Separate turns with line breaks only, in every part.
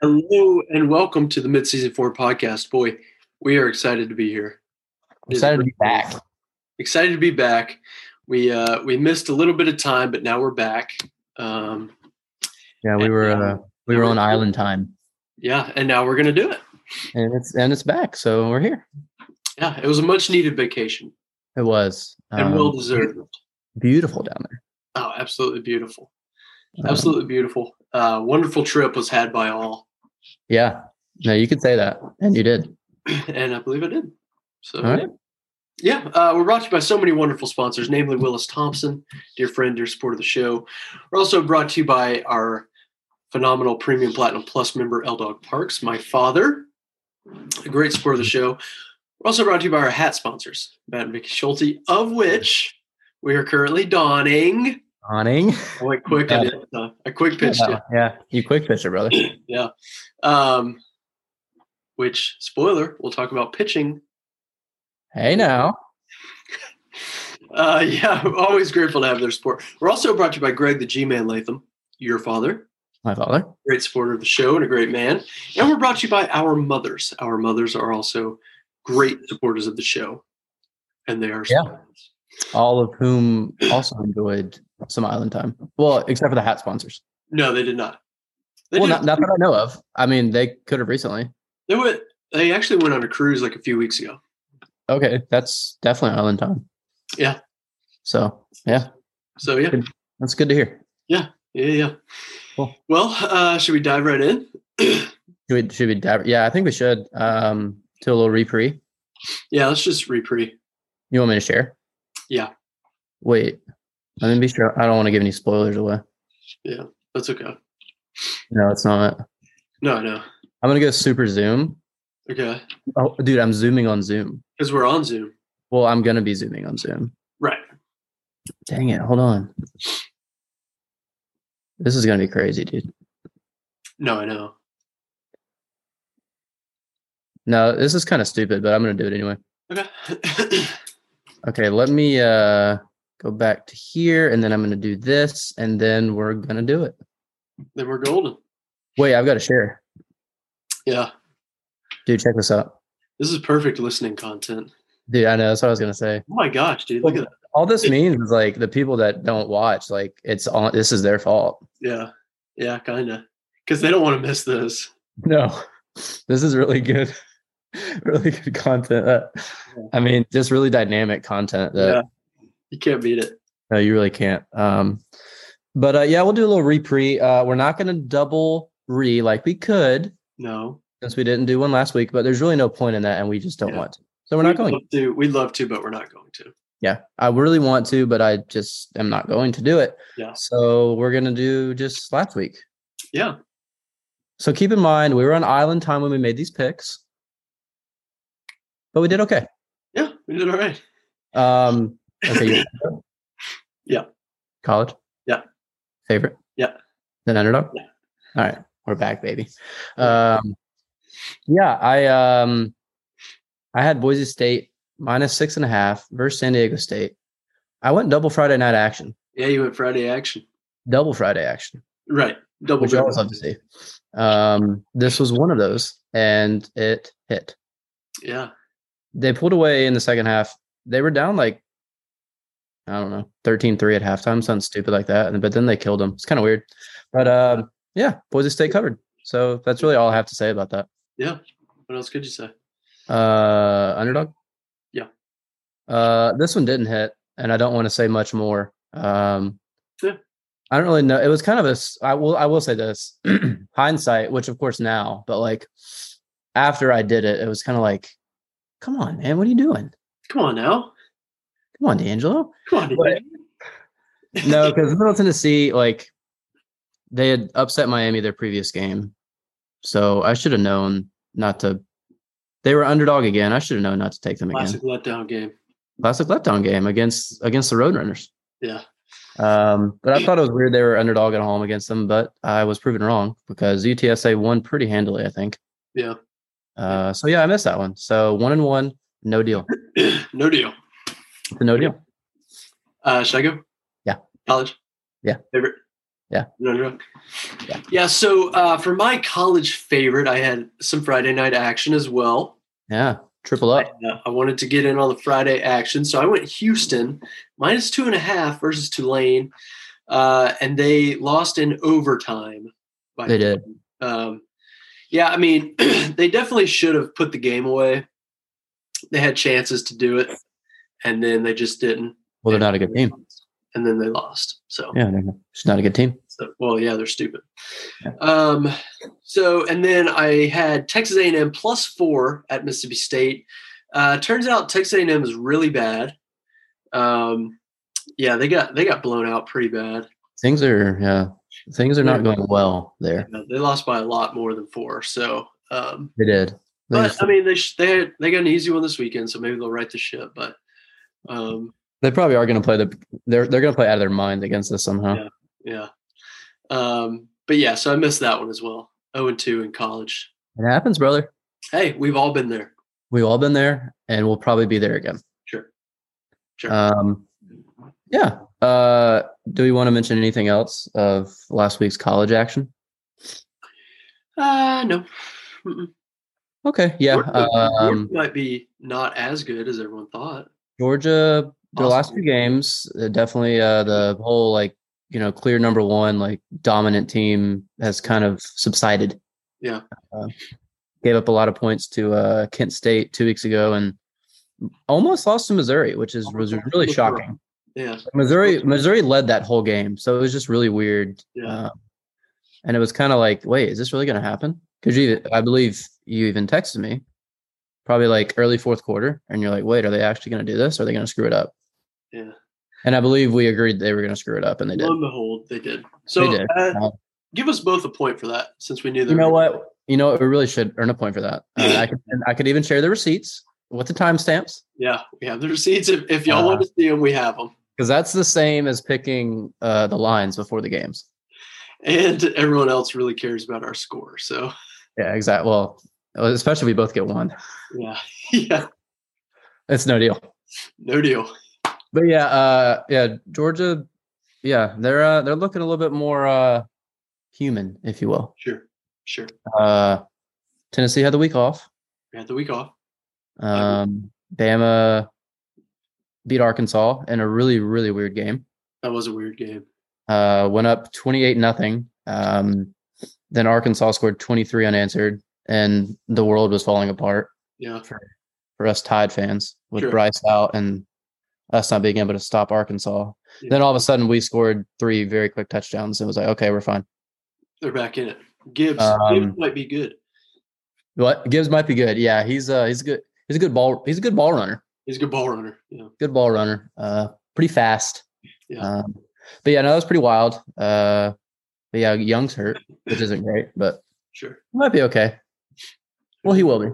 Hello and welcome to the Midseason Four podcast. Boy, we are excited to be here.
I'm excited to be back.
Excited to be back. We uh, we missed a little bit of time, but now we're back. Um,
Yeah, we
And,
were
um,
uh, we were on island time,
yeah, and now we're gonna do it.
and it's and it's back, so we're here.
Yeah, it was a much needed vacation
It was
and
um,
well deserved.
beautiful down there.
Oh, absolutely beautiful.
Um,
Absolutely beautiful. Uh, wonderful trip was had by all,
yeah. No, you could say that, and you did.
and I believe I did. So
All right.
Yeah, uh, we're brought to you by so many wonderful sponsors, namely Willis Thompson, dear friend, dear support of the show. We're also brought to you by our phenomenal Premium Platinum Plus member, L Dog Parks, my father, a great support of the show. We're also brought to you by our hat sponsors, Matt and Vicky Schulte, of which we are currently donning.
Awning.
I went quick. I, did, uh, I quick pitched it.
Yeah, you quick fisher, brother.
Yeah. Um, which, spoiler, we'll talk about pitching
Hey now.
Uh, yeah, I'm always grateful to have their support. We're also brought to you by Greg the G Man Latham, your father,
My father.
great supporter of the show and a great man. And we're brought to you by our mothers. Our mothers are also great supporters of the show, and they are.
Yeah.
sponsors.
All of whom also enjoyed some island time. Well, except for the hat sponsors.
No, they did not. They
Well,
did.
not, not that I know of. I mean, they could have recently.
They went. They actually went on a cruise like a few weeks ago.
Okay, that's definitely island time.
Yeah.
So yeah,
So yeah,
that's good to hear.
yeah, yeah.
Cool.
Well, uh, should we dive right in?
Should we, should we dive? Yeah, I think we should. Um, to a little repre.
yeah, let's just repree.
You want me to share?
Yeah.
Wait, let me be sure. I don't want to give any spoilers away.
That's okay.
No, it's not. it.
No, no.
I'm gonna go super zoom.
Okay,
Oh, dude, I'm zooming on Zoom.
because we're on Zoom,
Well, I'm gonna be zooming on Zoom.
right?
Dang it! Hold on. This is gonna be crazy, dude.
No, I know.
No, this is kind of stupid, but I'm gonna do it anyway.
Okay.
Okay, let me uh go back to here, and then I'm gonna do this, and then we're gonna do it.
then we're golden.
Wait, I've got to share,
Yeah,
dude. Check this out,
this is perfect listening content.
dude. I know that's what I was gonna say.
Oh my gosh, dude, look at that.
all this means is like the people that don't watch, like it's on. This is their fault.
Yeah, yeah, kind of. Because they don't want to miss this.
No, this is really good, really good content. That, I mean, just really dynamic content that
Yeah. You can't beat it.
no, you really can't. Um, but uh, yeah, we'll do a little repre. Uh, we're not going to double re like we could
No,
since we didn't do one last week. But there's really no point in that, and we just don't
Yeah.
want to. So we're not
We'd
going.
love to. We'd love to, but we're not going to.
Yeah, I really want to, but I just am not going to do it.
Yeah.
So we're gonna do just last week.
Yeah.
So keep in mind, we were on island time when we made these picks, but we did okay.
Yeah, we did all right.
Um, okay. you-
Yeah.
College.
Yeah.
Favorite.
Yeah.
Then underdog.
Yeah.
All right, we're back, baby. Um, yeah, I um, I had Boise State minus six and a half versus San Diego State. I went double Friday night action,
Yeah, you went Friday action.
double Friday action.
Right, double.
which I always
jeopardy.
love to see. Um, this was one of those, and it hit.
Yeah,
They pulled away in the second half. They were down like, I don't know, 13 3 at halftime, something stupid like that. and- But then they killed them. It's kind of weird. But um, yeah, Boise State covered. So that's really all I have to say about that.
yeah. What else could you say?
Uh, underdog?
Yeah.
Uh, this one didn't hit, and I don't want to say much more. Um,
Yeah.
I don't really know. It was kind of a. s- I will. I will say this. hindsight, which of course now, but like after I did it, it was kind of like, "Come on, man, what are you doing?
Come on now.
Come on, D'Angelo."
Come on.
What?
dude.
No, because Middle Tennessee, like, they had upset Miami their previous game, so I should have known not to. They were underdog again. I should have known not to take them again.
classic letdown game.
classic letdown game against against the Roadrunners.
Yeah.
Um, but I thought it was weird they were underdog at home against them, but I was proven wrong because UTSA won pretty handily, I think.
Yeah.
Uh, so yeah, I missed that one. So one and one, no deal.
no deal.
It's a no deal.
Uh, should I go?
Yeah.
College.
Yeah.
Favorite.
Yeah.
No, no.
Yeah.
Yeah. So uh, for my college favorite, I had some Friday night action as well.
Yeah, triple up.
Uh, I wanted to get in on the Friday action, so I went Houston minus two and a half versus Tulane, uh, and they lost in overtime. By
They did.
Um, yeah, I mean, they definitely should have put the game away. They had chances to do it, and then they just didn't.
Well, they're not a good team.
And then they lost. So,
Yeah, they're not- it's not a good team.
so- well, yeah, they're stupid. Um, so, and then I had Texas A&M plus four at Mississippi State. Uh, turns out Texas A&M is really bad. Um, yeah, they got they got blown out pretty bad.
Things are yeah, things are not going well there.
Uh, They lost by a lot more than four. So, um,
They did. They,
But um,
just-
I mean, they sh- they had, they got an easy one this weekend, so maybe they'll right the ship. But um,
they probably are going to play the. They're they're going to play out of their mind against us somehow.
Yeah. yeah, um, but yeah, so I missed that one as well. Zero and two in college.
It happens, brother.
Hey, we've all been there.
We've all been there, and we'll probably be there again.
Sure, sure.
Um, yeah. Uh, do we want to mention anything else of last week's college action?
Uh, no. Mm-mm.
Okay. Yeah.
Georgia-
Um,
Georgia might be not as good as everyone thought.
Georgia, the last
Awesome.
two games, uh, definitely uh, the whole like you know clear number one like dominant team has kind of subsided.
Yeah.
Uh, gave up a lot of points to uh, Kent State two weeks ago and almost lost to Missouri, which is was really shocking.
Yeah,
Missouri Missouri led that whole game, so it was just really weird.
yeah,
Uh, and it was kind of like, wait, is this really going to happen? Because you, e, I believe you even texted me, probably like early fourth quarter, and you're like, wait, are they actually going to do this? Are they going to screw it up?
yeah.
And I believe we agreed they were going to screw it up, and they did.
Lo and behold, they did. So
They did.
Uh,
Uh,
give us both a point for that, since we knew that.
You know what? You know what? We really should earn a point for that. Uh, I could, and I could even share the receipts with the timestamps
Yeah, we have the receipts. If, if
Uh,
y'all want to see them, we have them.
because that's the same as picking uh, the lines before the games.
And everyone else really cares about our score. So
Yeah, exactly. Well, especially if we both get one,
yeah, yeah.
it's no deal.
No deal.
But yeah, uh, yeah, Georgia, yeah, they're uh, they're looking a little bit more uh, human, if you will.
Sure. Sure.
Uh, Tennessee had the week off.
We had the week off.
Um, Bama beat Arkansas in a really really weird game.
That was a weird game.
Uh, went up twenty eight nothing. Um, then Arkansas scored twenty three unanswered, and the world was falling apart
Yeah.
for us Tide fans with
Sure.
Bryce out and us not being able to stop Arkansas.
Yeah.
Then all of a sudden we scored three very quick touchdowns and it was like, okay, we're fine.
They're back in it. Gibbs,
Um,
Gibbs might be good.
What Gibbs might be good. Yeah, he's uh he's a good he's a good ball he's a good ball runner.
He's a good ball runner. Yeah.
Good ball runner. Uh pretty fast.
Yeah.
Um, but yeah, no, that was pretty wild. Uh but yeah, Young's hurt, which isn't great, but
Sure.
he might be okay. Well, he will be.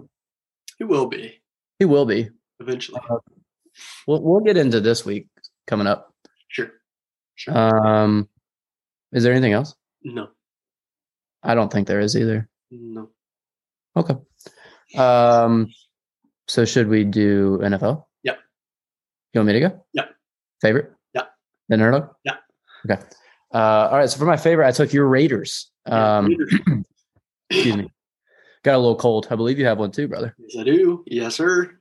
He will be
He will be.
eventually.
We'll we'll get into this week coming up.
Sure. Sure.
Um is there anything else?
no.
I don't think there is either.
No.
Okay. Um, so should we do NFL?
Yep.
You want me to go?
Yep.
Favorite?
Yep.
Then Hurdle?
Yep.
Okay. Uh, all right. So for my favorite, I took your Raiders.
Yeah,
Um,
Raiders.
excuse me. Got a little cold. I believe you have one too, brother.
yes, I do. Yes, sir.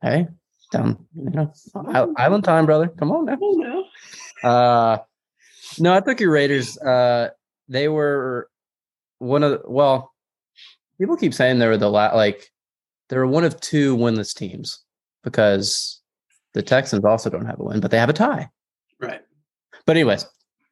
Hey, down, you know, i- island time, brother. Come on now.
Oh no.
Uh, no, I took your Raiders. Uh, they were one of the, well, people keep saying they were the la- like they were one of two winless teams because the Texans also don't have a win, but they have a tie.
Right.
But anyways,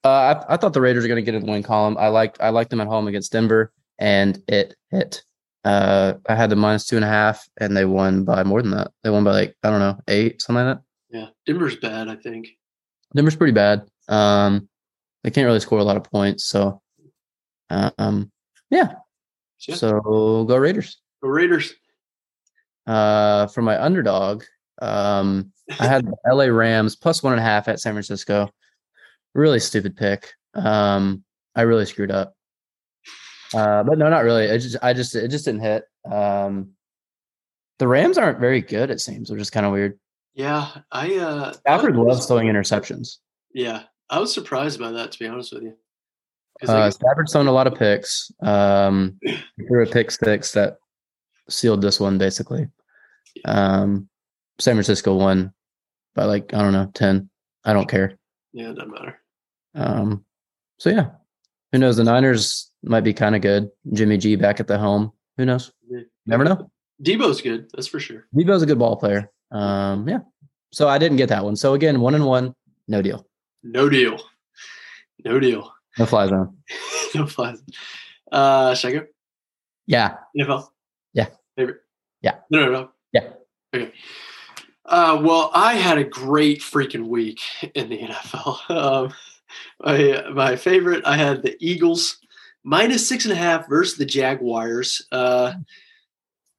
uh, I, I thought the Raiders were going to get in the win column. I liked I liked them at home against Denver, and it hit. Uh, I had the minus two and a half, and they won by more than that. They won by like I don't know eight, something like that.
Yeah. Denver's bad, I think.
Denver's pretty bad. Um, they can't really score a lot of points. So, um, yeah.
So, yeah.
So go Raiders.
the Raiders.
Uh, for my underdog, um, I had the LA Rams plus one and a half at San Francisco. Really stupid pick. Um, I really screwed up. Uh, but no, not really. I just, I just, it just didn't hit. Um, the Rams aren't very good. It seems, which is kind of weird.
Yeah. I uh
Stafford loves throwing interceptions.
Yeah. I was surprised by that to be honest with you.
Uh, Stafford thrown a lot of picks. Um, he threw a pick six that sealed this one basically. Um, San Francisco won by like I don't know ten. I don't care.
yeah, it doesn't matter.
Um, so yeah, who knows? The Niners might be kind of good. Jimmy G back at the home. Who knows?
Yeah.
Never know.
Debo's good, that's for sure.
Debo's a good ball player. Um, yeah. So I didn't get that one. So again, one and one, no deal,
No deal. No deal.
no fly zone.
no flies. Uh, should I go?
Yeah,
NFL?
Yeah.
Favorite?
Yeah.
No, no, no.
Yeah.
Okay. Uh, well, I had a great freaking week in the NFL. Um, my, my favorite, I had the Eagles minus six and a half versus the Jaguars. Uh,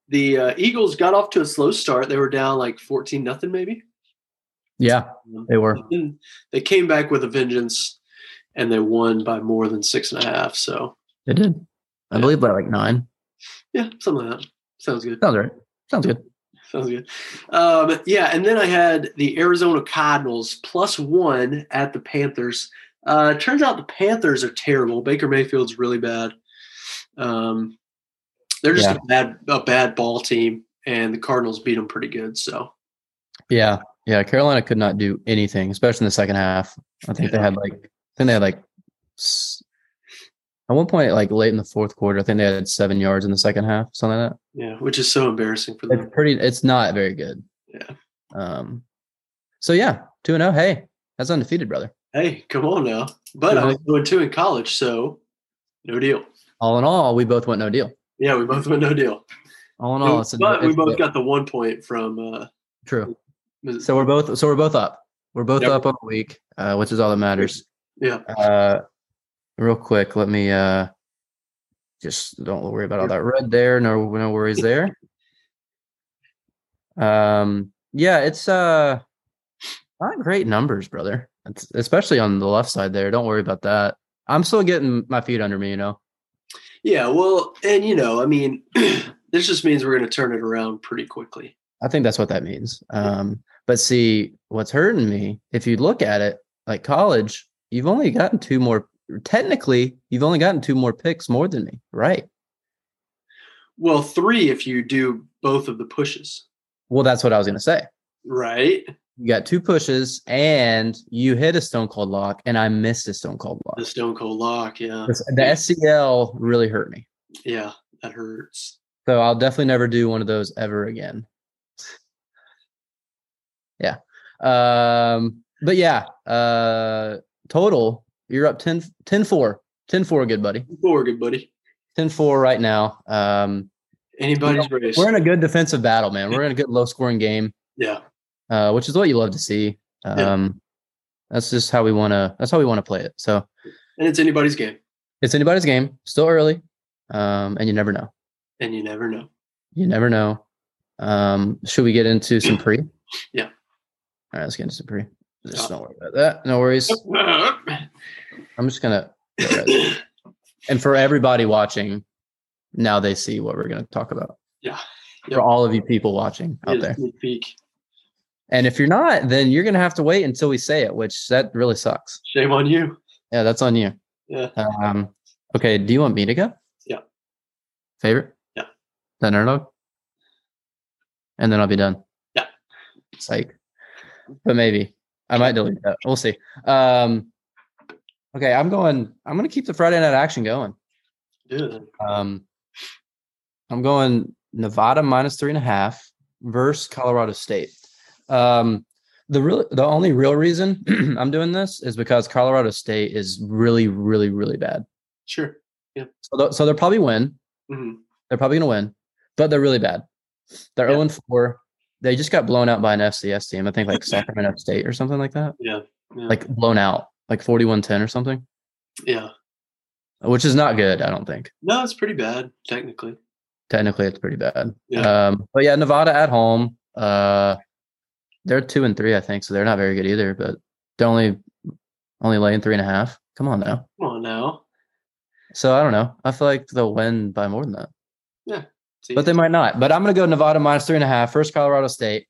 the uh, Eagles got off to a slow start. They were down like 14 nothing, maybe.
yeah, they were.
Then they came back with a vengeance and they won by more than six and a half. So,
They did. I
Yeah.
believe by like nine.
yeah, something like that. Sounds good.
Sounds right. Sounds good.
Sounds good. Um, yeah, and then I had the Arizona Cardinals plus one at the Panthers. Uh, it turns out the Panthers are terrible. Baker Mayfield's really bad. Um, they're just a bad a bad ball team, and the Cardinals beat them pretty good. So
Yeah, yeah. Carolina could not do anything, especially in the second half. I think they had like, I think they had like, s- at one point, like late in the fourth quarter, I think they had seven yards in the second half, something like
yeah, which is so embarrassing for
that.
them.
It's pretty. It's not very good.
Yeah.
Um. So yeah, two and zero. Hey, that's undefeated, brother.
Hey, come on now! But I was going two in college, so no deal.
All in all, we both went no deal.
Yeah, we both went no deal.
All in all, it's a,
but we
it's
both got the one point from. Uh,
true.
Miss-
So we're both. So we're both up. We're both
Yep.
up on the week, uh, which is all that matters.
yeah,
Uh, real quick, let me uh, just don't worry about all that red there. No, no worries there. Um, yeah, it's uh, not great numbers, brother. It's, especially on the left side there. Don't worry about that. I'm still getting my feet under me, you know.
Yeah, well, and you know, I mean, this just means we're going to turn it around pretty quickly.
I think that's what that means. Um, but see, what's hurting me, if you look at it, like college, you've only gotten two more. Technically, you've only gotten two more picks more than me, right?
Well, three if you do both of the pushes,
Well, that's what I was gonna say.
right?
You got two pushes and you hit a stone cold lock, and I missed a stone cold lock.
The Stone Cold Lock, yeah,
This- The SCL really hurt me.
yeah, that hurts.
So I'll definitely never do one of those ever again. Yeah. Um, but yeah, uh total, you're up 10 10 4. 10 4, good buddy.
Four, good buddy.
10 4 right now. Um,
Anybody's race,
we're in a good defensive battle, man. We're in a good low scoring game.
yeah,
uh, which is what you love to see.
Yeah.
Um, That's just how we want to. That's how we want to play it. So
and it's anybody's game,
it's anybody's game. Still early, um, and you never know.
and you never know.
You never know. Um, should we get into some pre?
Yeah. Oh.
All right, let's get into some pre. Just
Yeah.
don't worry about that. No worries. I'm just gonna. And for everybody watching, now they see what we're gonna talk about.
Yeah.
For all of you people watching out there,
Sneak peek.
and if you're not, then you're gonna have to wait until we say it, which that really sucks.
Shame on you.
Yeah, that's on you.
Yeah.
Um, okay. Do you want me to go?
Yeah.
Favorite?
Yeah.
Then Ernog? And then I'll be done.
Yeah.
Psych. But maybe. I might delete that. We'll see. Um, okay. I'm going, I'm going to keep the Friday night action going.
Yeah.
Um, I'm going Nevada minus three and a half versus Colorado State. Um, the real, the only real reason I'm doing this is because Colorado State is really, really, really bad.
Sure.
So, they'll- so they'll probably win.
Mhm.
They're probably going to win, but they're really bad. They're
Yeah.
0 4. They just got blown out by an FCS team. I think like Sacramento State or something like that.
Yeah.
Like blown out, like 41 10 or something,
yeah.
which is not good, I don't think.
No, it's pretty bad technically.
technically it's pretty bad.
Yeah.
Um, but yeah, Nevada at home. Uh, they're two and three, I think, so they're not very good either. But they're only only laying three and a half. Come on now.
Come on now.
So I don't know. I feel like they'll win by more than that,
See,
but they might not. But I'm gonna go Nevada minus three and a half. First Colorado State.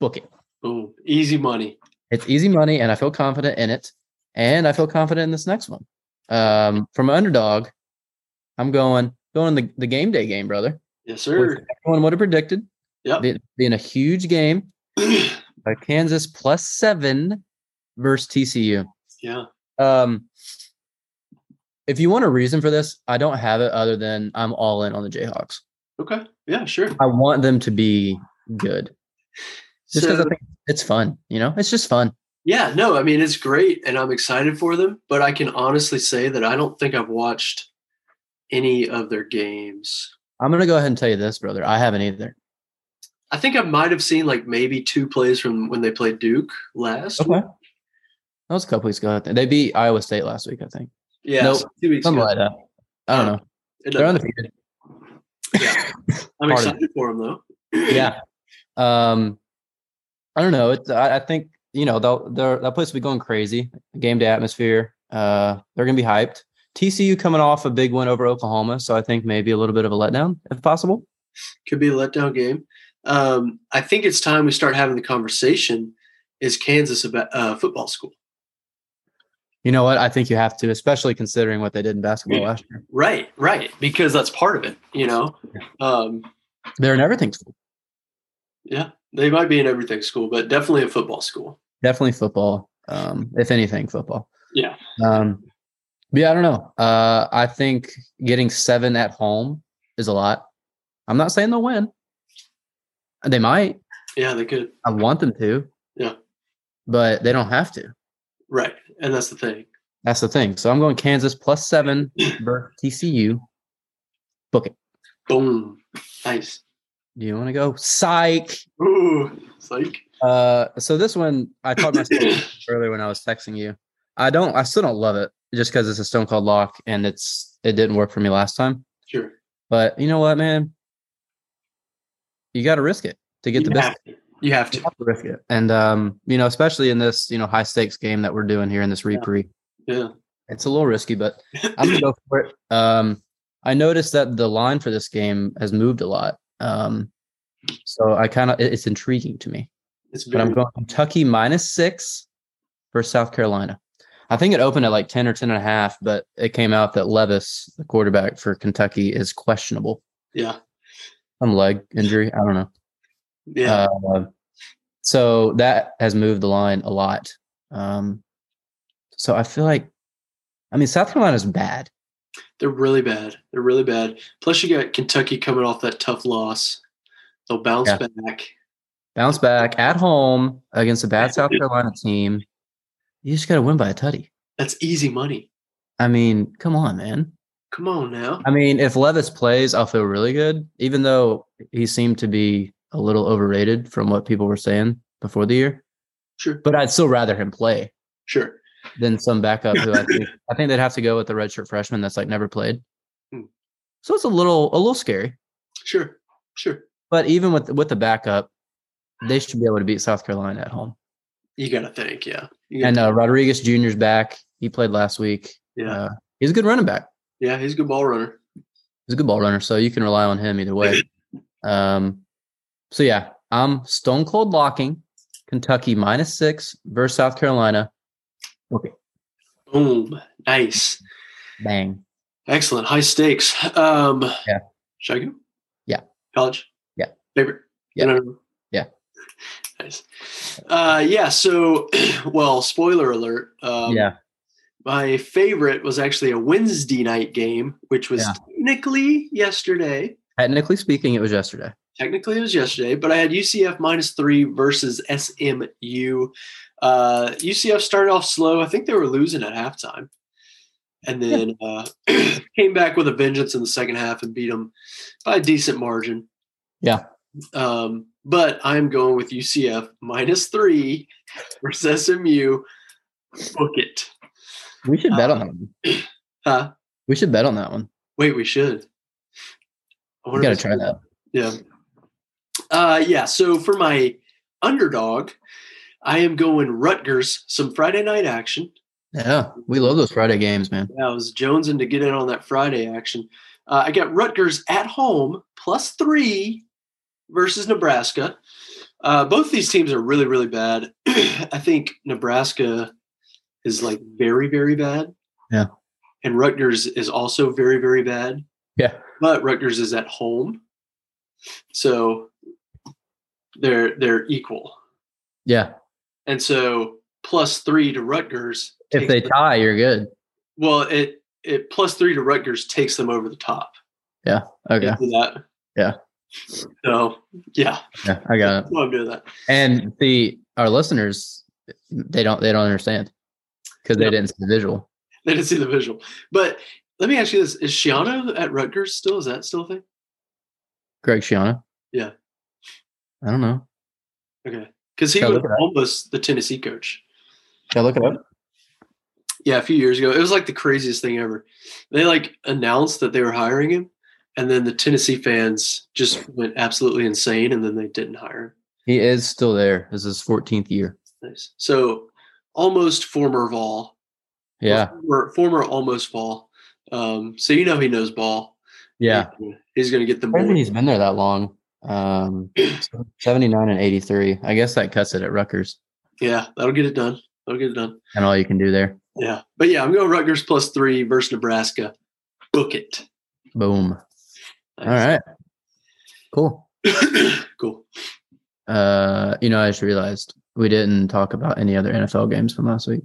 Book it.
boom, easy money.
It's easy money, and I feel confident in it. And I feel confident in this next one. Um, from an underdog, I'm going going the, the game day game, brother.
Yes,
Which
sir.
everyone would have predicted.
Yep.
Be- Being a huge game. uh, Kansas plus seven versus TCU.
yeah.
Um, if you want a reason for this, I don't have it other than I'm all in on the Jayhawks.
Okay. Yeah, sure.
I want them to be good just because
So-
I think it's fun. You know, it's just fun.
Yeah, no, I mean it's great and I'm excited for them, but I can honestly say that I don't think I've watched any of their games.
I'm gonna go ahead and tell you this, brother. I haven't either.
I think I might have seen like maybe two plays from when they played Duke last. week.
That was a couple weeks ago. I think. They beat Iowa State last week, I think.
Yeah,
Nope.
so two weeks
Something
ago.
like that. I don't know.
It
They're
doesn't-
undefeated.
I'm
Pardon.
excited for them though.
Yeah. Um, I don't know. It's I, I think you know they'll they're that place will be going crazy. Game day atmosphere. Uh, they're gonna be hyped. TCU coming off a big win over Oklahoma, so I think maybe a little bit of a letdown if possible.
Could be a letdown game. Um, I think it's time we start having the conversation. Is Kansas a ba- uh, football school?
You know what? I think you have to, especially considering what they did in basketball last year.
Right, right, because that's part of it. You know, um,
They're in everything.
yeah, they might be in everything school, but definitely a football school.
Definitely football. Um, if anything, football.
Yeah,
Um, but yeah, I don't know. Uh, I think getting seven at home is a lot. I'm not saying they'll win. They might.
yeah, they could.
I want them to.
Yeah.
But they don't have to.
Right, and that's the thing.
That's the thing. So I'm going Kansas plus seven versus TCU.
Boom, nice.
Do you want to go? Psych.
Ooh, it's like
Uh, so this one I talked myself earlier when I was texting you. I don't. I still don't love it just because it's a stone cold lock and it's it didn't work for me last time.
sure.
But you know what, man? You got to risk it to get the
you
best.
have to. You have to.
You have to risk it. And um, you know, especially in this, you know, high stakes game that we're doing here in this reprieve.
Yeah.
It's a little risky, but I'm gonna go for it. Um, I noticed that the line for this game has moved a lot. Um, so I kind of it's intriguing to me.
It's
But
very,
I'm going Kentucky minus six for South Carolina. I think it opened at like 10 or 10 and a half, but it came out that Levis, the quarterback for Kentucky, is questionable.
yeah,
Some leg injury. I don't know.
yeah.
Uh, so that has moved the line a lot. Um, so I feel like, I mean, South Carolina's bad.
They're really bad. They're really bad. Plus, you got Kentucky coming off that tough loss. They'll bounce
Yeah.
back.
Bounce back at home against a bad South Carolina team. You just got to win by a tutty.
That's easy money.
I mean, come on, man.
Come on now.
I mean, if Levis plays, I'll feel really good, even though he seemed to be a little overrated from what people were saying before the year.
Sure,
But I'd still rather him play
sure.
than some backup who I think I think they'd have to go with the redshirt freshman that's like never played.
Hmm.
So it's a little a little scary.
Sure, sure.
But even with with the backup, they should be able to beat South Carolina at home.
You gotta think, yeah. You gotta
And uh, Rodriguez Jr.'s back. He played last week.
Yeah.
Uh, he's a good running back.
yeah, he's a good ball runner.
He's a good ball runner, so you can rely on him either way. Um, so yeah, I'm stone cold locking Kentucky minus six versus South Carolina.
Boom. Nice.
Bang.
Excellent. High stakes. Um
Yeah.
should I go?
Yeah.
College?
Yeah.
Favorite?
Yeah.
No, no, no.
Yeah.
Nice. Uh yeah, so well, spoiler alert. Um
yeah.
my favorite was actually a Wednesday night game, which was
Yeah.
technically yesterday.
Technically speaking, it was yesterday.
Technically, it was yesterday, but I had UCF minus three versus SMU. Uh, UCF started off slow. I think they were losing at halftime, and then uh, came back with a vengeance in the second half and beat them by a decent margin.
Yeah.
Um, but I'm going with UCF minus three versus SMU. Book it.
We should bet on that one.
Uh, Huh?
We should bet on that one.
Wait, we should. I
We
wonder
gotta
if it's-
try that.
Yeah. Uh, yeah. So for my underdog, I am going Rutgers. Some Friday night action.
Yeah, we love those Friday games, man.
Yeah, I was jonesing to get in on that Friday action. Uh, I got Rutgers at home plus three versus Nebraska. Uh, both these teams are really, really bad. I think Nebraska is like very, very bad.
Yeah.
and Rutgers is also very very bad.
Yeah.
But Rutgers is at home, so they're they're equal,
Yeah.
and so plus three to Rutgers.
If
takes
they
them-
tie, you're good.
well, it it plus three to Rutgers takes them over the top.
Okay.
Into that.
Yeah.
So yeah,
Yeah, I got it.
so I'm doing that.
And the our listeners, they don't they don't understand because they
No.
didn't see the visual.
They didn't see the visual, but let me ask you this: Is Shiano at Rutgers still? Is that still a thing?
Greg Schiano.
Yeah.
I don't know.
Okay, because he
Yeah,
was
look it up.
almost the Tennessee coach.
Should I look it up?
Yeah, a few years ago, it was like the craziest thing ever. They like announced that they were hiring him, and then the Tennessee fans just went absolutely insane, and then they didn't hire
He is still there. This is his 14th year.
him. Nice. So almost former Vol,
Yeah.
former, former almost Vol. Um, so you know he knows ball.
Yeah.
he's going to get the
Crazy
more.
He's been there that long. Um, 79 and 83. I guess that cuts it at Rutgers
Yeah, that'll get it done. That'll get it done.
and all you can do there.
Yeah, but yeah, I'm going Rutgers plus three versus Nebraska. Book it.
Boom. All
Nice.
right. Cool.
cool.
Uh, you know, I just realized we didn't talk about any other NFL games from last week.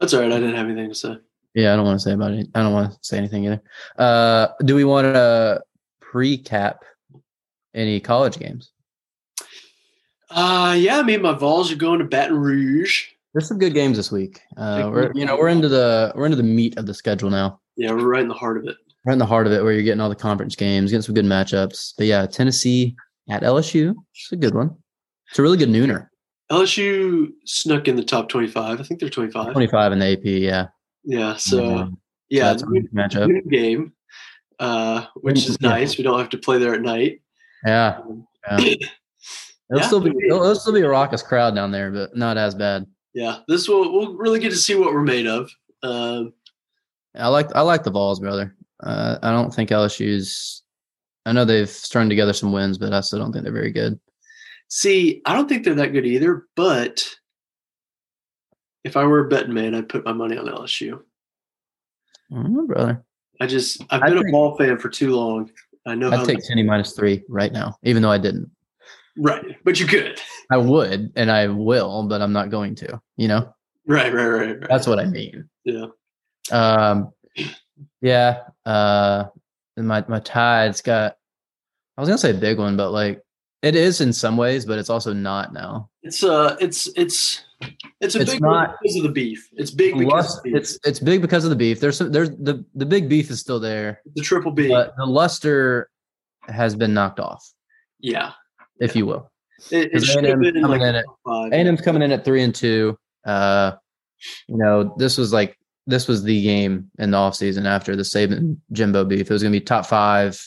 That's all right. I didn't have anything to say.
Yeah, I don't want to say about it. I don't want to say anything either. Uh, do we want to pre-cap any college games?
Uh yeah, I mean my Vols are going to Baton Rouge.
There's some good games this week. Uh,
Like,
we're you know we're into the we're into the meat of the schedule now.
Yeah, we're right in the heart of it.
We're in the heart of it where you're getting all the conference games, getting some good matchups. But yeah, Tennessee at LSU, it's a good one. It's a really good nooner.
LSU snuck in the top twenty-five. I think they're twenty-five.
25 in the AP, yeah.
Yeah. So
Um,
yeah,
that's a
noon,
good matchup.
noon game, uh, which is
Yeah.
nice. We don't have to play there at night.
Yeah.
Um,
yeah. It'll
Yeah.
still be it'll, it'll still be a raucous crowd down there, but not as bad.
Yeah, this will we'll really get to see what we're made of. Um,
I like I like the Vols, brother. Uh, I don't think LSU's. I know they've strung together some wins, but I still don't think they're very good.
see, I don't think they're that good either. But if I were a betting man, I'd put my money on LSU.
I don't know, brother.
I just I've
I'd
been a
take-
ball fan for too long. I know how
I'd take Tennessee minus three right now, even though I didn't.
right, but you could.
I would, and I will, but I'm not going to. You know,
Right, right, right, right.
that's what I mean.
yeah.
Um, yeah. Uh, and my my tide's got. I was gonna say a big one, but like it is in some ways, but it's also not now.
It's uh, it's it's it's a
It's
big one
not-
because of the beef. It's big because
Lust,
of the beef. It's,
it's it's big because of the beef. There's some, there's the the big beef is still there.
the triple B.
but the luster has been knocked off,
yeah,
if you will.
it, it
Because
should have
A&M
been in
coming
like
in
the
at-
top five.
A&M's coming in at three and two. Uh, you know, this was like this was the game in the offseason after the Saban Jimbo beef. It was going to be top five,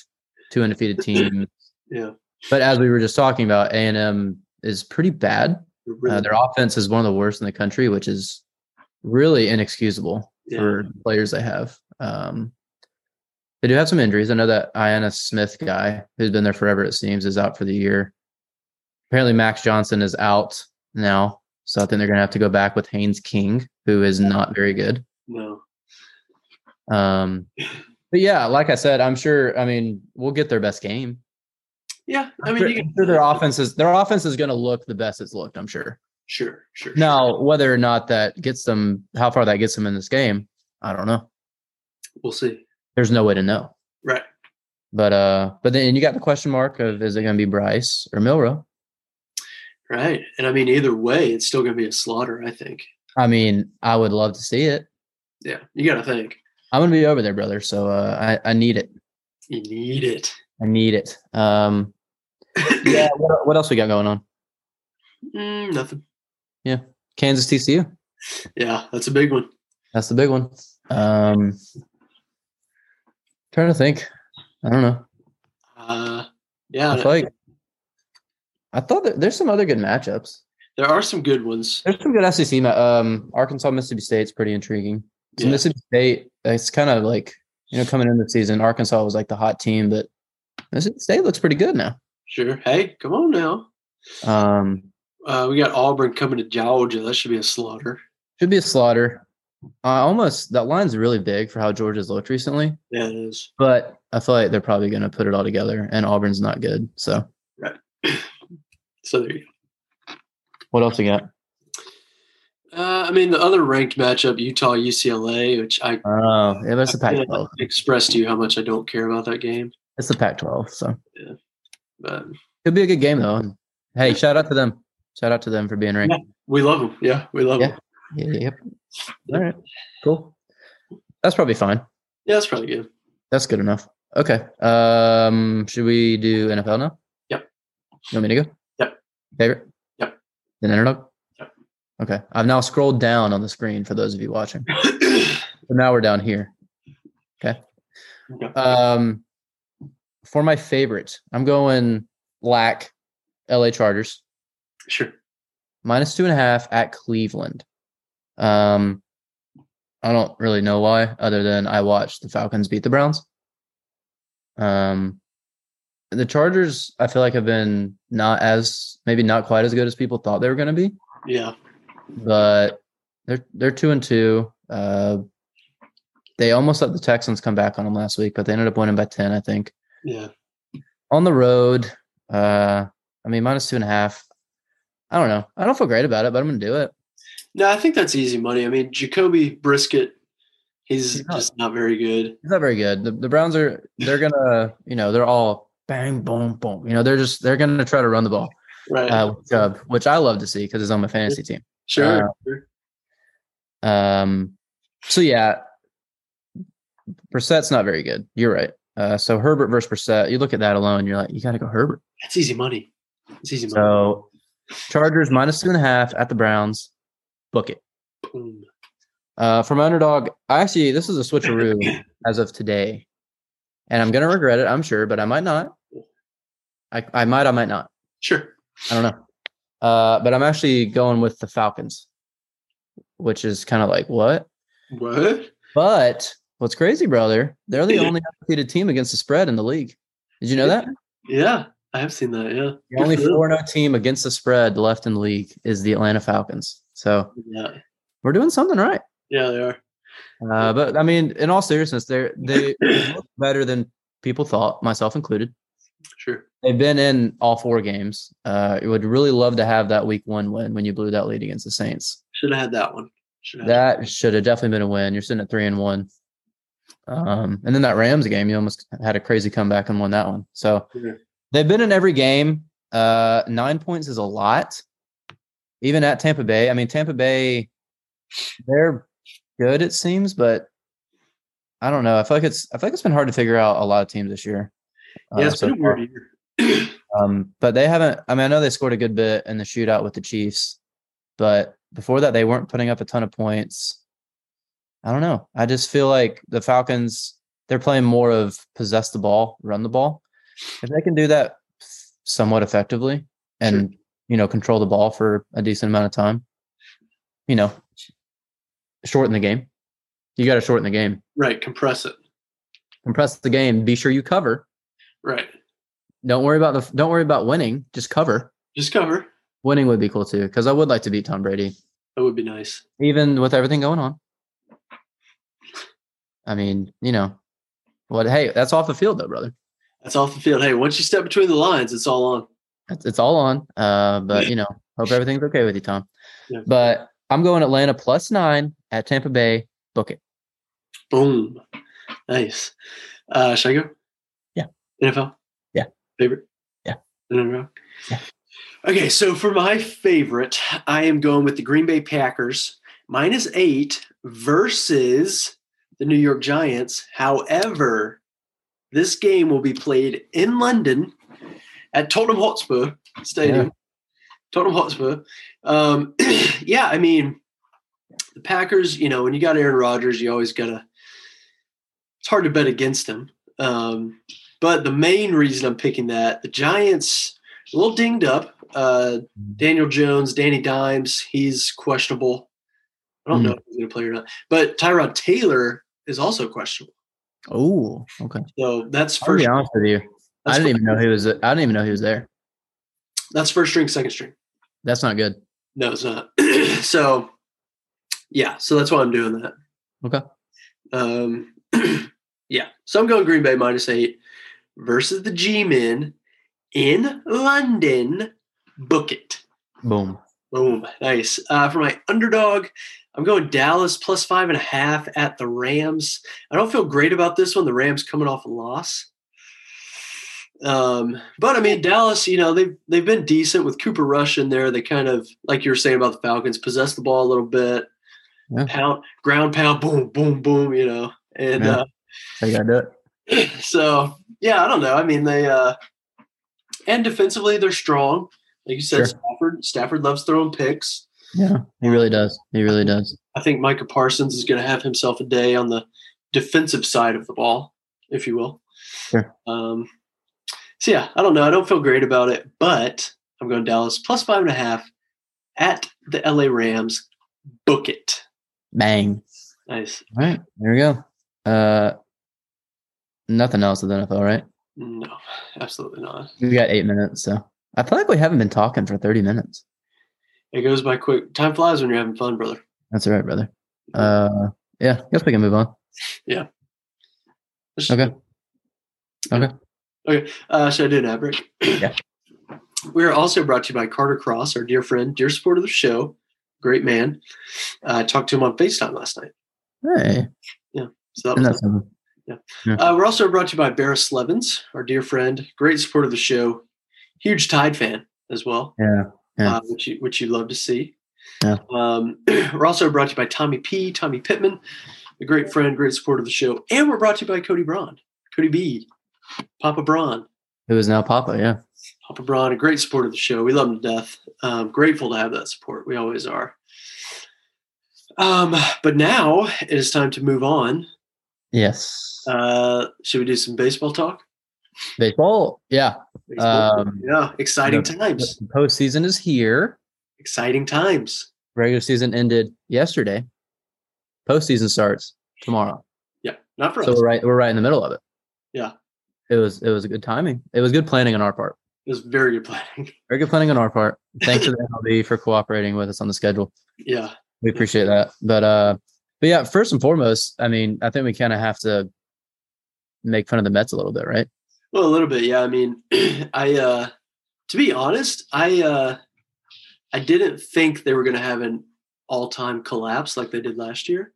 two undefeated teams.
Yeah,
But as we were just talking about, A&M is pretty bad.
it really-
Uh, their offense is one of the worst in the country, which is really inexcusable
Yeah.
for players they have. Um, they do have some injuries. I know that Iana Smith guy, who's been there forever, it seems, is out for the year. Apparently, Max Johnson is out now. So I think they're going to have to go back with Haynes King, who is not very good.
no,
Um, but yeah, like I said, I'm sure, I mean, we'll get their best game.
yeah. I
I'm
mean,
sure-
you can,
I'm sure their offense is their offense is going to look the best it's looked. I'm sure.
sure, sure.
Now, whether or not that gets them, how far that gets them in this game, I don't know.
we'll see.
There's no way to know.
Right.
But uh, but then you got the question mark of is it going to be Bryce or Milrow?
Right. And I mean, either way, it's still going to be a slaughter, I think.
I mean, I would love to see it.
Yeah. You got to think.
I'm going to be over there, brother. So uh, I I need it.
You need it.
I need it. Um, yeah. What, what else we got going on?
Mm, nothing.
Kansas TCU.
Yeah. That's a big one.
That's the big one. Um, trying to think. I don't know.
Uh, yeah.
I feel like I thought that there's some other good matchups.
there are some good ones.
There's some good SEC. ma- Um, Arkansas, Mississippi State's pretty intriguing. So
Yeah.
Mississippi State, it's kind of like you know coming in the season, Arkansas was like the hot team, but Mississippi State looks pretty good now.
Sure. Hey, come on now.
Um,
Uh, we got Auburn coming to Georgia. That should be a slaughter.
should be a slaughter. I almost that line's really big for how Georgia's looked recently,
Yeah, it is.
but I feel like they're probably going to put it all together, and Auburn's not good. So
So there you
what else we got?
go. Uh, I mean, the other ranked matchup, Utah UCLA, which I
Oh, yeah, that's the
I
Pac-12.
expressed to you how much I don't care about that game.
It's the Pac-12, so
But
it'll be a good game though. Hey, shout out to them. Shout out to them for being ranked.
we love them. Yeah, we love them.
Yeah, yep. All right. Cool. That's probably fine.
Yeah, that's probably good.
That's good enough. Okay. Um, should we do NFL now?
Yep.
You want me to go?
Yep.
Favorite?
Yep.
Then underdog?
Yep.
Okay. I've now scrolled down on the screen for those of you watching. So now we're down here. Okay.
Okay.
Um, for my favorite, I'm going Lack, LA Chargers
sure.
minus two and a half at Cleveland. Um, I don't really know why, other than I watched the Falcons beat the Browns. Um, the Chargers, I feel like have been not as maybe not quite as good as people thought they were going to be,
Yeah.
but they're they're two and two. Uh, they almost let the Texans come back on them last week, but they ended up winning by ten, I think
Yeah.
on the road. Uh, I mean, minus two and a half. I don't know. I don't feel great about it, but I'm gonna do it.
No, I think that's easy money. I mean, Jacoby Brisket, he's,
He's not.
just not very good.
It's not very good. The, the Browns are they're gonna you know they're all bang boom boom. You know they're just they're gonna try to run the ball,
Right.
uh, with Chubb, which I love to see because it's on my fantasy team.
sure.
uh,
sure.
Um, so yeah, Brissett's not very good. You're right. Uh, so Herbert versus Brissett, you look at that alone, you're like, you got to go Herbert.
That's easy money. It's easy money.
So Chargers minus two and a half at the Browns. Book it.
Boom.
Uh, from underdog, I actually this is a switcheroo as of today, and I'm gonna regret it, I'm sure, but I might not. I, I might, I might not.
Sure.
I don't know. Uh, but I'm actually going with the Falcons, which is kind of like what?
What?
But what's crazy, brother? They're the only undefeated team against the spread in the league. Did you know that?
Yeah, I have seen that. Yeah.
The only
Good for them.
four 0 team against the spread left in the league is the Atlanta Falcons. So
Yeah.
we're doing something right.
Yeah, they are.
Uh, but I mean, in all seriousness, they're they look better than people thought, myself included.
Sure.
They've been in all four games. Uh, I would really love to have that week one win when you blew that lead against the Saints.
Should have had that one. Should have.
That should have definitely been a win. You're sitting at three and one. Um, and then that Rams game, you almost had a crazy comeback and won that one. So
Yeah.
they've been in every game. Uh, nine points is a lot, even at Tampa Bay. I mean, Tampa Bay, they're good, it seems, but I don't know. I feel like it's I feel like it's been hard to figure out a lot of teams this year.
yeah,
uh,
it's
so
been a
far.
weird year.
Um, but they haven't. I mean, I know they scored a good bit in the shootout with the Chiefs, but before that, they weren't putting up a ton of points. I don't know. I just feel like the Falcons, they're playing more of possess the ball, run the ball. If they can do that somewhat effectively and, you know, control the ball for a decent amount of time, you know, shorten the game. You got to shorten the game,
right. Compress it.
compress the game, be sure you cover.
Right.
Don't worry about the, don't worry about winning, just cover.
Just cover.
Winning would be cool too, because I would like to beat Tom Brady,
That would be nice.
even with everything going on. I mean, you know, what? Hey, that's off the field though, brother.
That's off the field. Hey, once you step between the lines, it's all on.
It's, it's all on. Uh, but you know, hope everything's okay with you, Tom.
Yeah.
But I'm going Atlanta plus nine at Tampa Bay. Book it.
Boom. Nice. Uh, should I go?
Yeah.
NFL?
Yeah.
Favorite?
Yeah.
NFL?
Yeah.
Okay, so for my favorite, I am going with the Green Bay Packers minus eight versus the New York Giants. However, this game will be played in London at Tottenham Hotspur Stadium.
Yeah.
Tottenham Hotspur. Um, yeah, I mean, the Packers, you know, when you got Aaron Rodgers, you always got to it's hard to bet against him. Um, but the main reason I'm picking that, the Giants, a little dinged up. Uh, Daniel Jones, Danny Dimes, he's questionable. I
Hmm.
don't know if he's going to play or not. But Tyrod Taylor is also questionable.
Oh, okay.
So that's
I'll
first.
be honest with you. Oh, I
that's
didn't even
first-
know he was. I didn't even know he was there.
That's first string, second string.
That's not good.
No, it's not. so Yeah, so that's why I'm doing that.
Okay.
Um, yeah, so I'm going Green Bay minus eight versus the G-Men in London. Book it.
Boom.
Boom. Nice. Uh, for my underdog, I'm going Dallas plus five and a half at the Rams. I don't feel great about this one. The Rams coming off a loss. Um, but I mean Dallas, you know, they've they've been decent with Cooper Rush in there. They kind of, like you were saying about the Falcons, possess the ball a little bit.
Yeah.
Pound, ground pound, boom, boom, boom, you know. And
Yeah. They gotta do it.
uh, so yeah, I don't know. I mean they uh and defensively they're strong. Like you said,
Sure.
Stafford Stafford loves throwing picks.
Yeah, he really does. He really does.
I think Micah Parsons is going to have himself a day on the defensive side of the ball, if you will.
Sure.
Um, so yeah, I don't know. I don't feel great about it, but I'm going Dallas plus five and a half at the LA Rams. Book it.
Bang.
Nice.
All right, there we go. Uh, nothing else with NFL, right?
No, absolutely not.
We got eight minutes, so I feel like we haven't been talking for thirty minutes.
It goes by quick. Time flies when you're having fun, brother.
That's all right, brother. Uh, yeah, guess we can move on.
Let's-
Okay. Okay.
Uh, should I do an ad break?
Yeah.
We are also brought to you by Carter Cross, our dear friend, dear supporter of the show, great man. Uh, I talked to him on FaceTime last night.
Hey,
So that was
isn't that something?
Uh, we're also brought to you by Barris Levins, our dear friend, great supporter of the show, huge Tide fan as well,
Yeah. Yeah.
uh, which you which you love to see.
Yeah.
Um, we're also brought to you by Tommy P, Tommy Pittman, a great friend, great supporter of the show, and we're brought to you by Cody Braun, Cody B, Papa Braun,
It was now Papa. Yeah.
Papa Braun, a great supporter of the show. We love him to death. Um, grateful to have that support. We always are. Um, but now it is time to move on.
Yes.
Uh, should we do some baseball talk?
Baseball. Yeah. Um,
yeah, exciting times.
The postseason is here.
Exciting times.
Regular season ended yesterday. Postseason starts tomorrow.
Yeah, not for
So
us.
we're right. We're right in the middle of it.
Yeah.
It was. It was a good timing. It was good planning on our part.
It was very good planning.
Very good planning on our part. Thanks to the MLB for cooperating with us on the schedule.
yeah,
We appreciate that. But uh but yeah, first and foremost, I mean, I think we kind of have to make fun of the Mets a little bit, right?
well, a little bit. Yeah, I mean, I uh to be honest, I uh I didn't think they were going to have an all-time collapse like they did last year.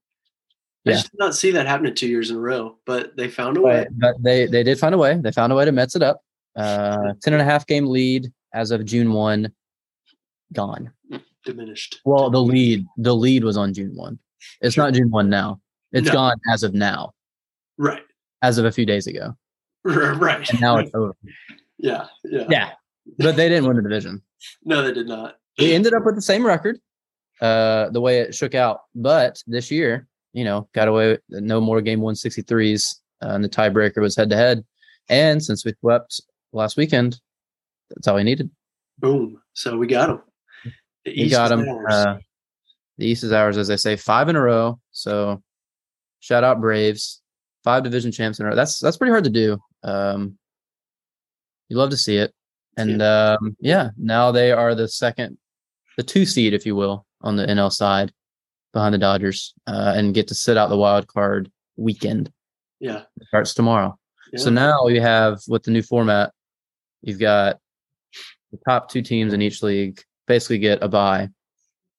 I
Yeah.
just did not see that happening two years in a row, but they found a way.
But they they did find a way. They found a way to Mets it up. Uh 10 and a half game lead as of June 1 gone.
Diminished.
Well, the lead the lead was on June 1. It's not June 1 now. It's
No.
gone as of now,
Right.
as of a few days ago.
right.
And now it's over.
yeah, yeah.
Yeah. But they didn't win the division.
No, they did not.
we ended up with the same record uh the way it shook out but this year you know got away with no more game 163s uh, and the tiebreaker was head to head and since we swept last weekend that's all we needed
Boom. So we got them. The
we
East
got
is
them
ours.
uh, the east is ours as they say five in a row so shout out braves five division champs in a row that's that's pretty hard to do um you love to see it and um yeah now they are the second the two seed if you will on the nl side behind the dodgers uh, and get to sit out the wild card weekend
yeah.
It starts tomorrow so
yeah.
now you have with the new format you've got the top two teams in each league basically get a bye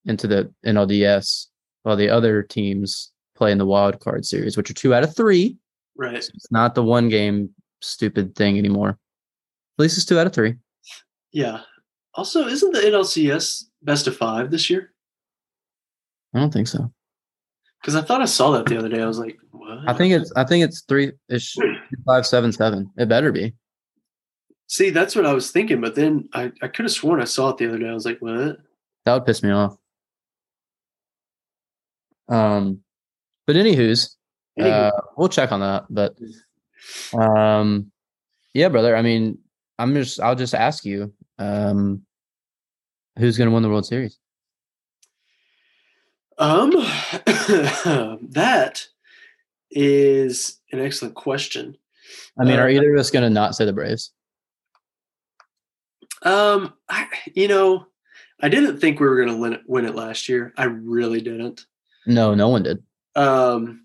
into the nlds while the other teams play in the wild card series which are two out of three
Right.
so It's not the one game stupid thing anymore. At least it's two out of three.
Yeah. Also, isn't the NLCS best of five this year?
I don't think so.
Because I thought I saw that the other day. I was like, what?
I think it's I think it's three ish five seven seven. It better be.
See, that's what I was thinking, but then I, I could have sworn I saw it the other day. I was like, what?
That would piss me off. Um but anywho's
Anywho,
uh, we'll check on that. But um yeah, brother. I mean, I'm just I'll just ask you, um who's gonna win the World Series?
um, that is an excellent question.
I mean,
Uh,
are either of us gonna not say the Braves?
Um, I, you know, I didn't think we were going to win it last year. I really didn't.
No, no one did.
Um,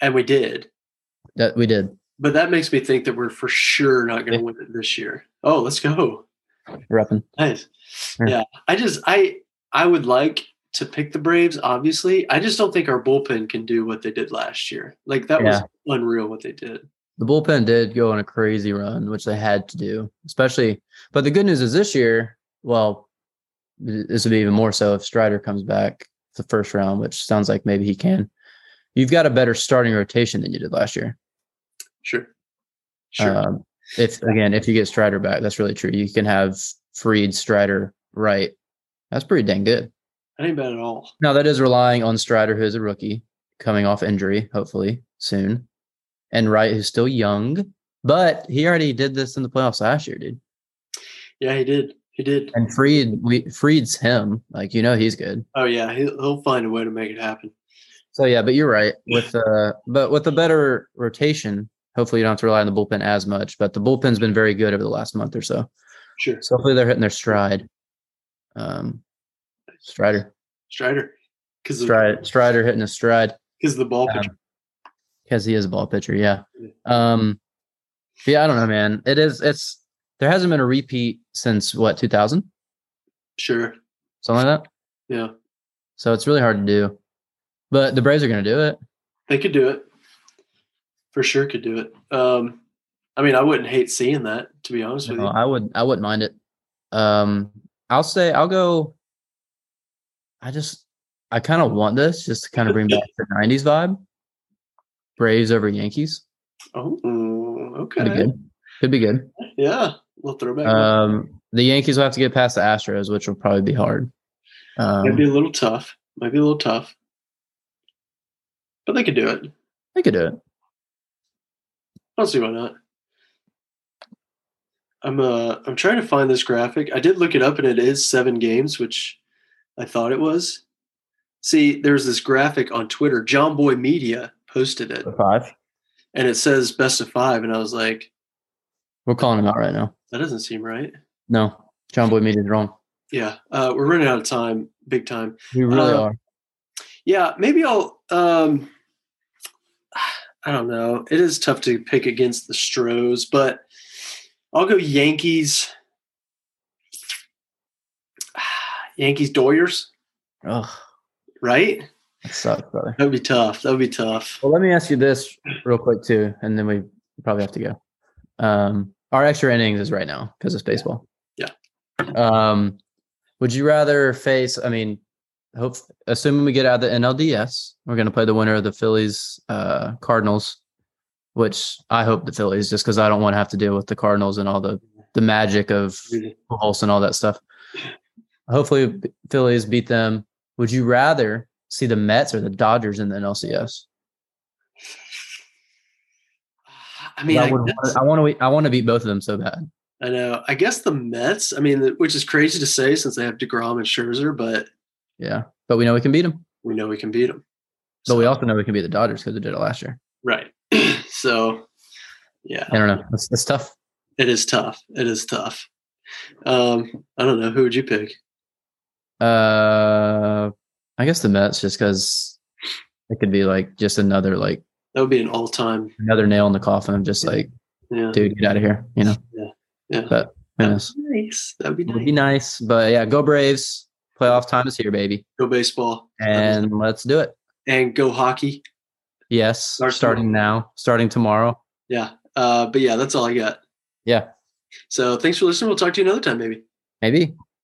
and we did.
That we did.
But that makes me think that we're for sure not going to win it this year. Oh, let's go.
Repping.
Nice.
Yeah.
Yeah. I just I I would like to pick the Braves, obviously. I just don't think our bullpen can do what they did last year. Like that was unreal what they did.
The bullpen did go on a crazy run, which they had to do, especially. But the good news is this year, well, th- this would be even more so if Strider comes back the first round, which sounds like maybe he can. You've got a better starting rotation than you did last year.
Sure. Sure.
Um, if again, if you get Strider back, that's really true. You can have Freed, Strider, right. That's pretty dang good.
that ain't bad at all.
Now that is relying on Strider, who is a rookie coming off injury, hopefully soon, and Wright, who's still young, but he already did this in the playoffs last year, dude.
Yeah, he did. He did.
And Freed, we Freed's him, like you know, he's good.
Oh yeah, he'll, he'll find a way to make it happen.
So yeah, but you're right with uh, but with a better rotation, hopefully you don't have to rely on the bullpen as much. But the bullpen's been very good over the last month or so,
Sure.
so hopefully they're hitting their stride. Um, Strider,
Strider. Because
Strider, Strider hitting his stride.
Because the ball
Um,
pitcher.
because he is a ball pitcher. Yeah. Um. Yeah, I don't know, man. It is. It's there hasn't been a repeat since what 2000,
Sure.
something like that.
Yeah.
So it's really hard to do. But the Braves are going to do it.
They could do it. For sure could do it. Um I mean I wouldn't hate seeing that, to be honest with
No,
you.
I would. I wouldn't mind it. Um. I'll say. I'll go. I just. I kind of want this just to kind of bring back the 90s vibe. Braves over Yankees.
Oh
Could be
okay.
good. Could be good.
Yeah. Little throwback.
Um, the Yankees will have to get past the Astros, which will probably be hard.
Might
Um,
be a little tough. Might be a little tough. But they could do it. I
they could do it.
don't see why not. I'm uh I'm trying to find this graphic. I did look it up and it is seven games, which I thought it was. See, there's this graphic on Twitter. John Boy Media posted it
Five.
and it says best of five, and I was like,
We're calling him out right now.
that doesn't seem right.
No, John Boy Media's wrong.
Yeah. Uh we're running out of time, big time.
We really
Uh,
are.
Yeah, maybe I'll. Um, I don't know. It is tough to pick against the Stros, but I'll go Yankees. Yankees Doyers,
Ugh,
right?
that sucks, brother.
That would be tough. That would be tough.
Well, let me ask you this real quick too, and then we probably have to go. Um, our extra innings is right now because it's baseball.
Yeah.
Um, would you rather face? I mean, hope assuming we get out of the NLDS, we're going to play the winner of the Phillies uh, Cardinals, which I hope the Phillies, just because I don't want to have to deal with the Cardinals and all the the magic of Pujols and all that stuff. Hopefully, Phillies beat them. Would you rather see the Mets or the Dodgers in the NLCS?
I mean,
I,
I,
would,
guess,
I want to. I want to beat both of them so bad.
I know. I guess the Mets. I mean, which is crazy to say since they have Degrom and Scherzer, but
Yeah, but we know we can beat them.
we know we can beat them.
But we also know we can beat the Dodgers because we did it last year.
Right. so, yeah.
I don't know. That's, that's tough.
It is tough. It is tough. Um, I don't know. Who would you pick?
Uh, I guess the Mets just because it could be like just another like
That would be an all time.
another nail in the coffin of just like,
Yeah.
dude, get out of here. You know.
Yeah. Yeah.
But who
That'd
knows?
be nice. That'd be
It would be
nice.
nice. But yeah, go Braves. Playoff time is here, baby.
Go baseball
And let's do it.
and go hockey.
Yes.
Start
starting now, starting tomorrow.
Yeah. Uh, but yeah, that's all I got.
Yeah.
So thanks for listening. We'll talk to you another time, maybe.
Maybe.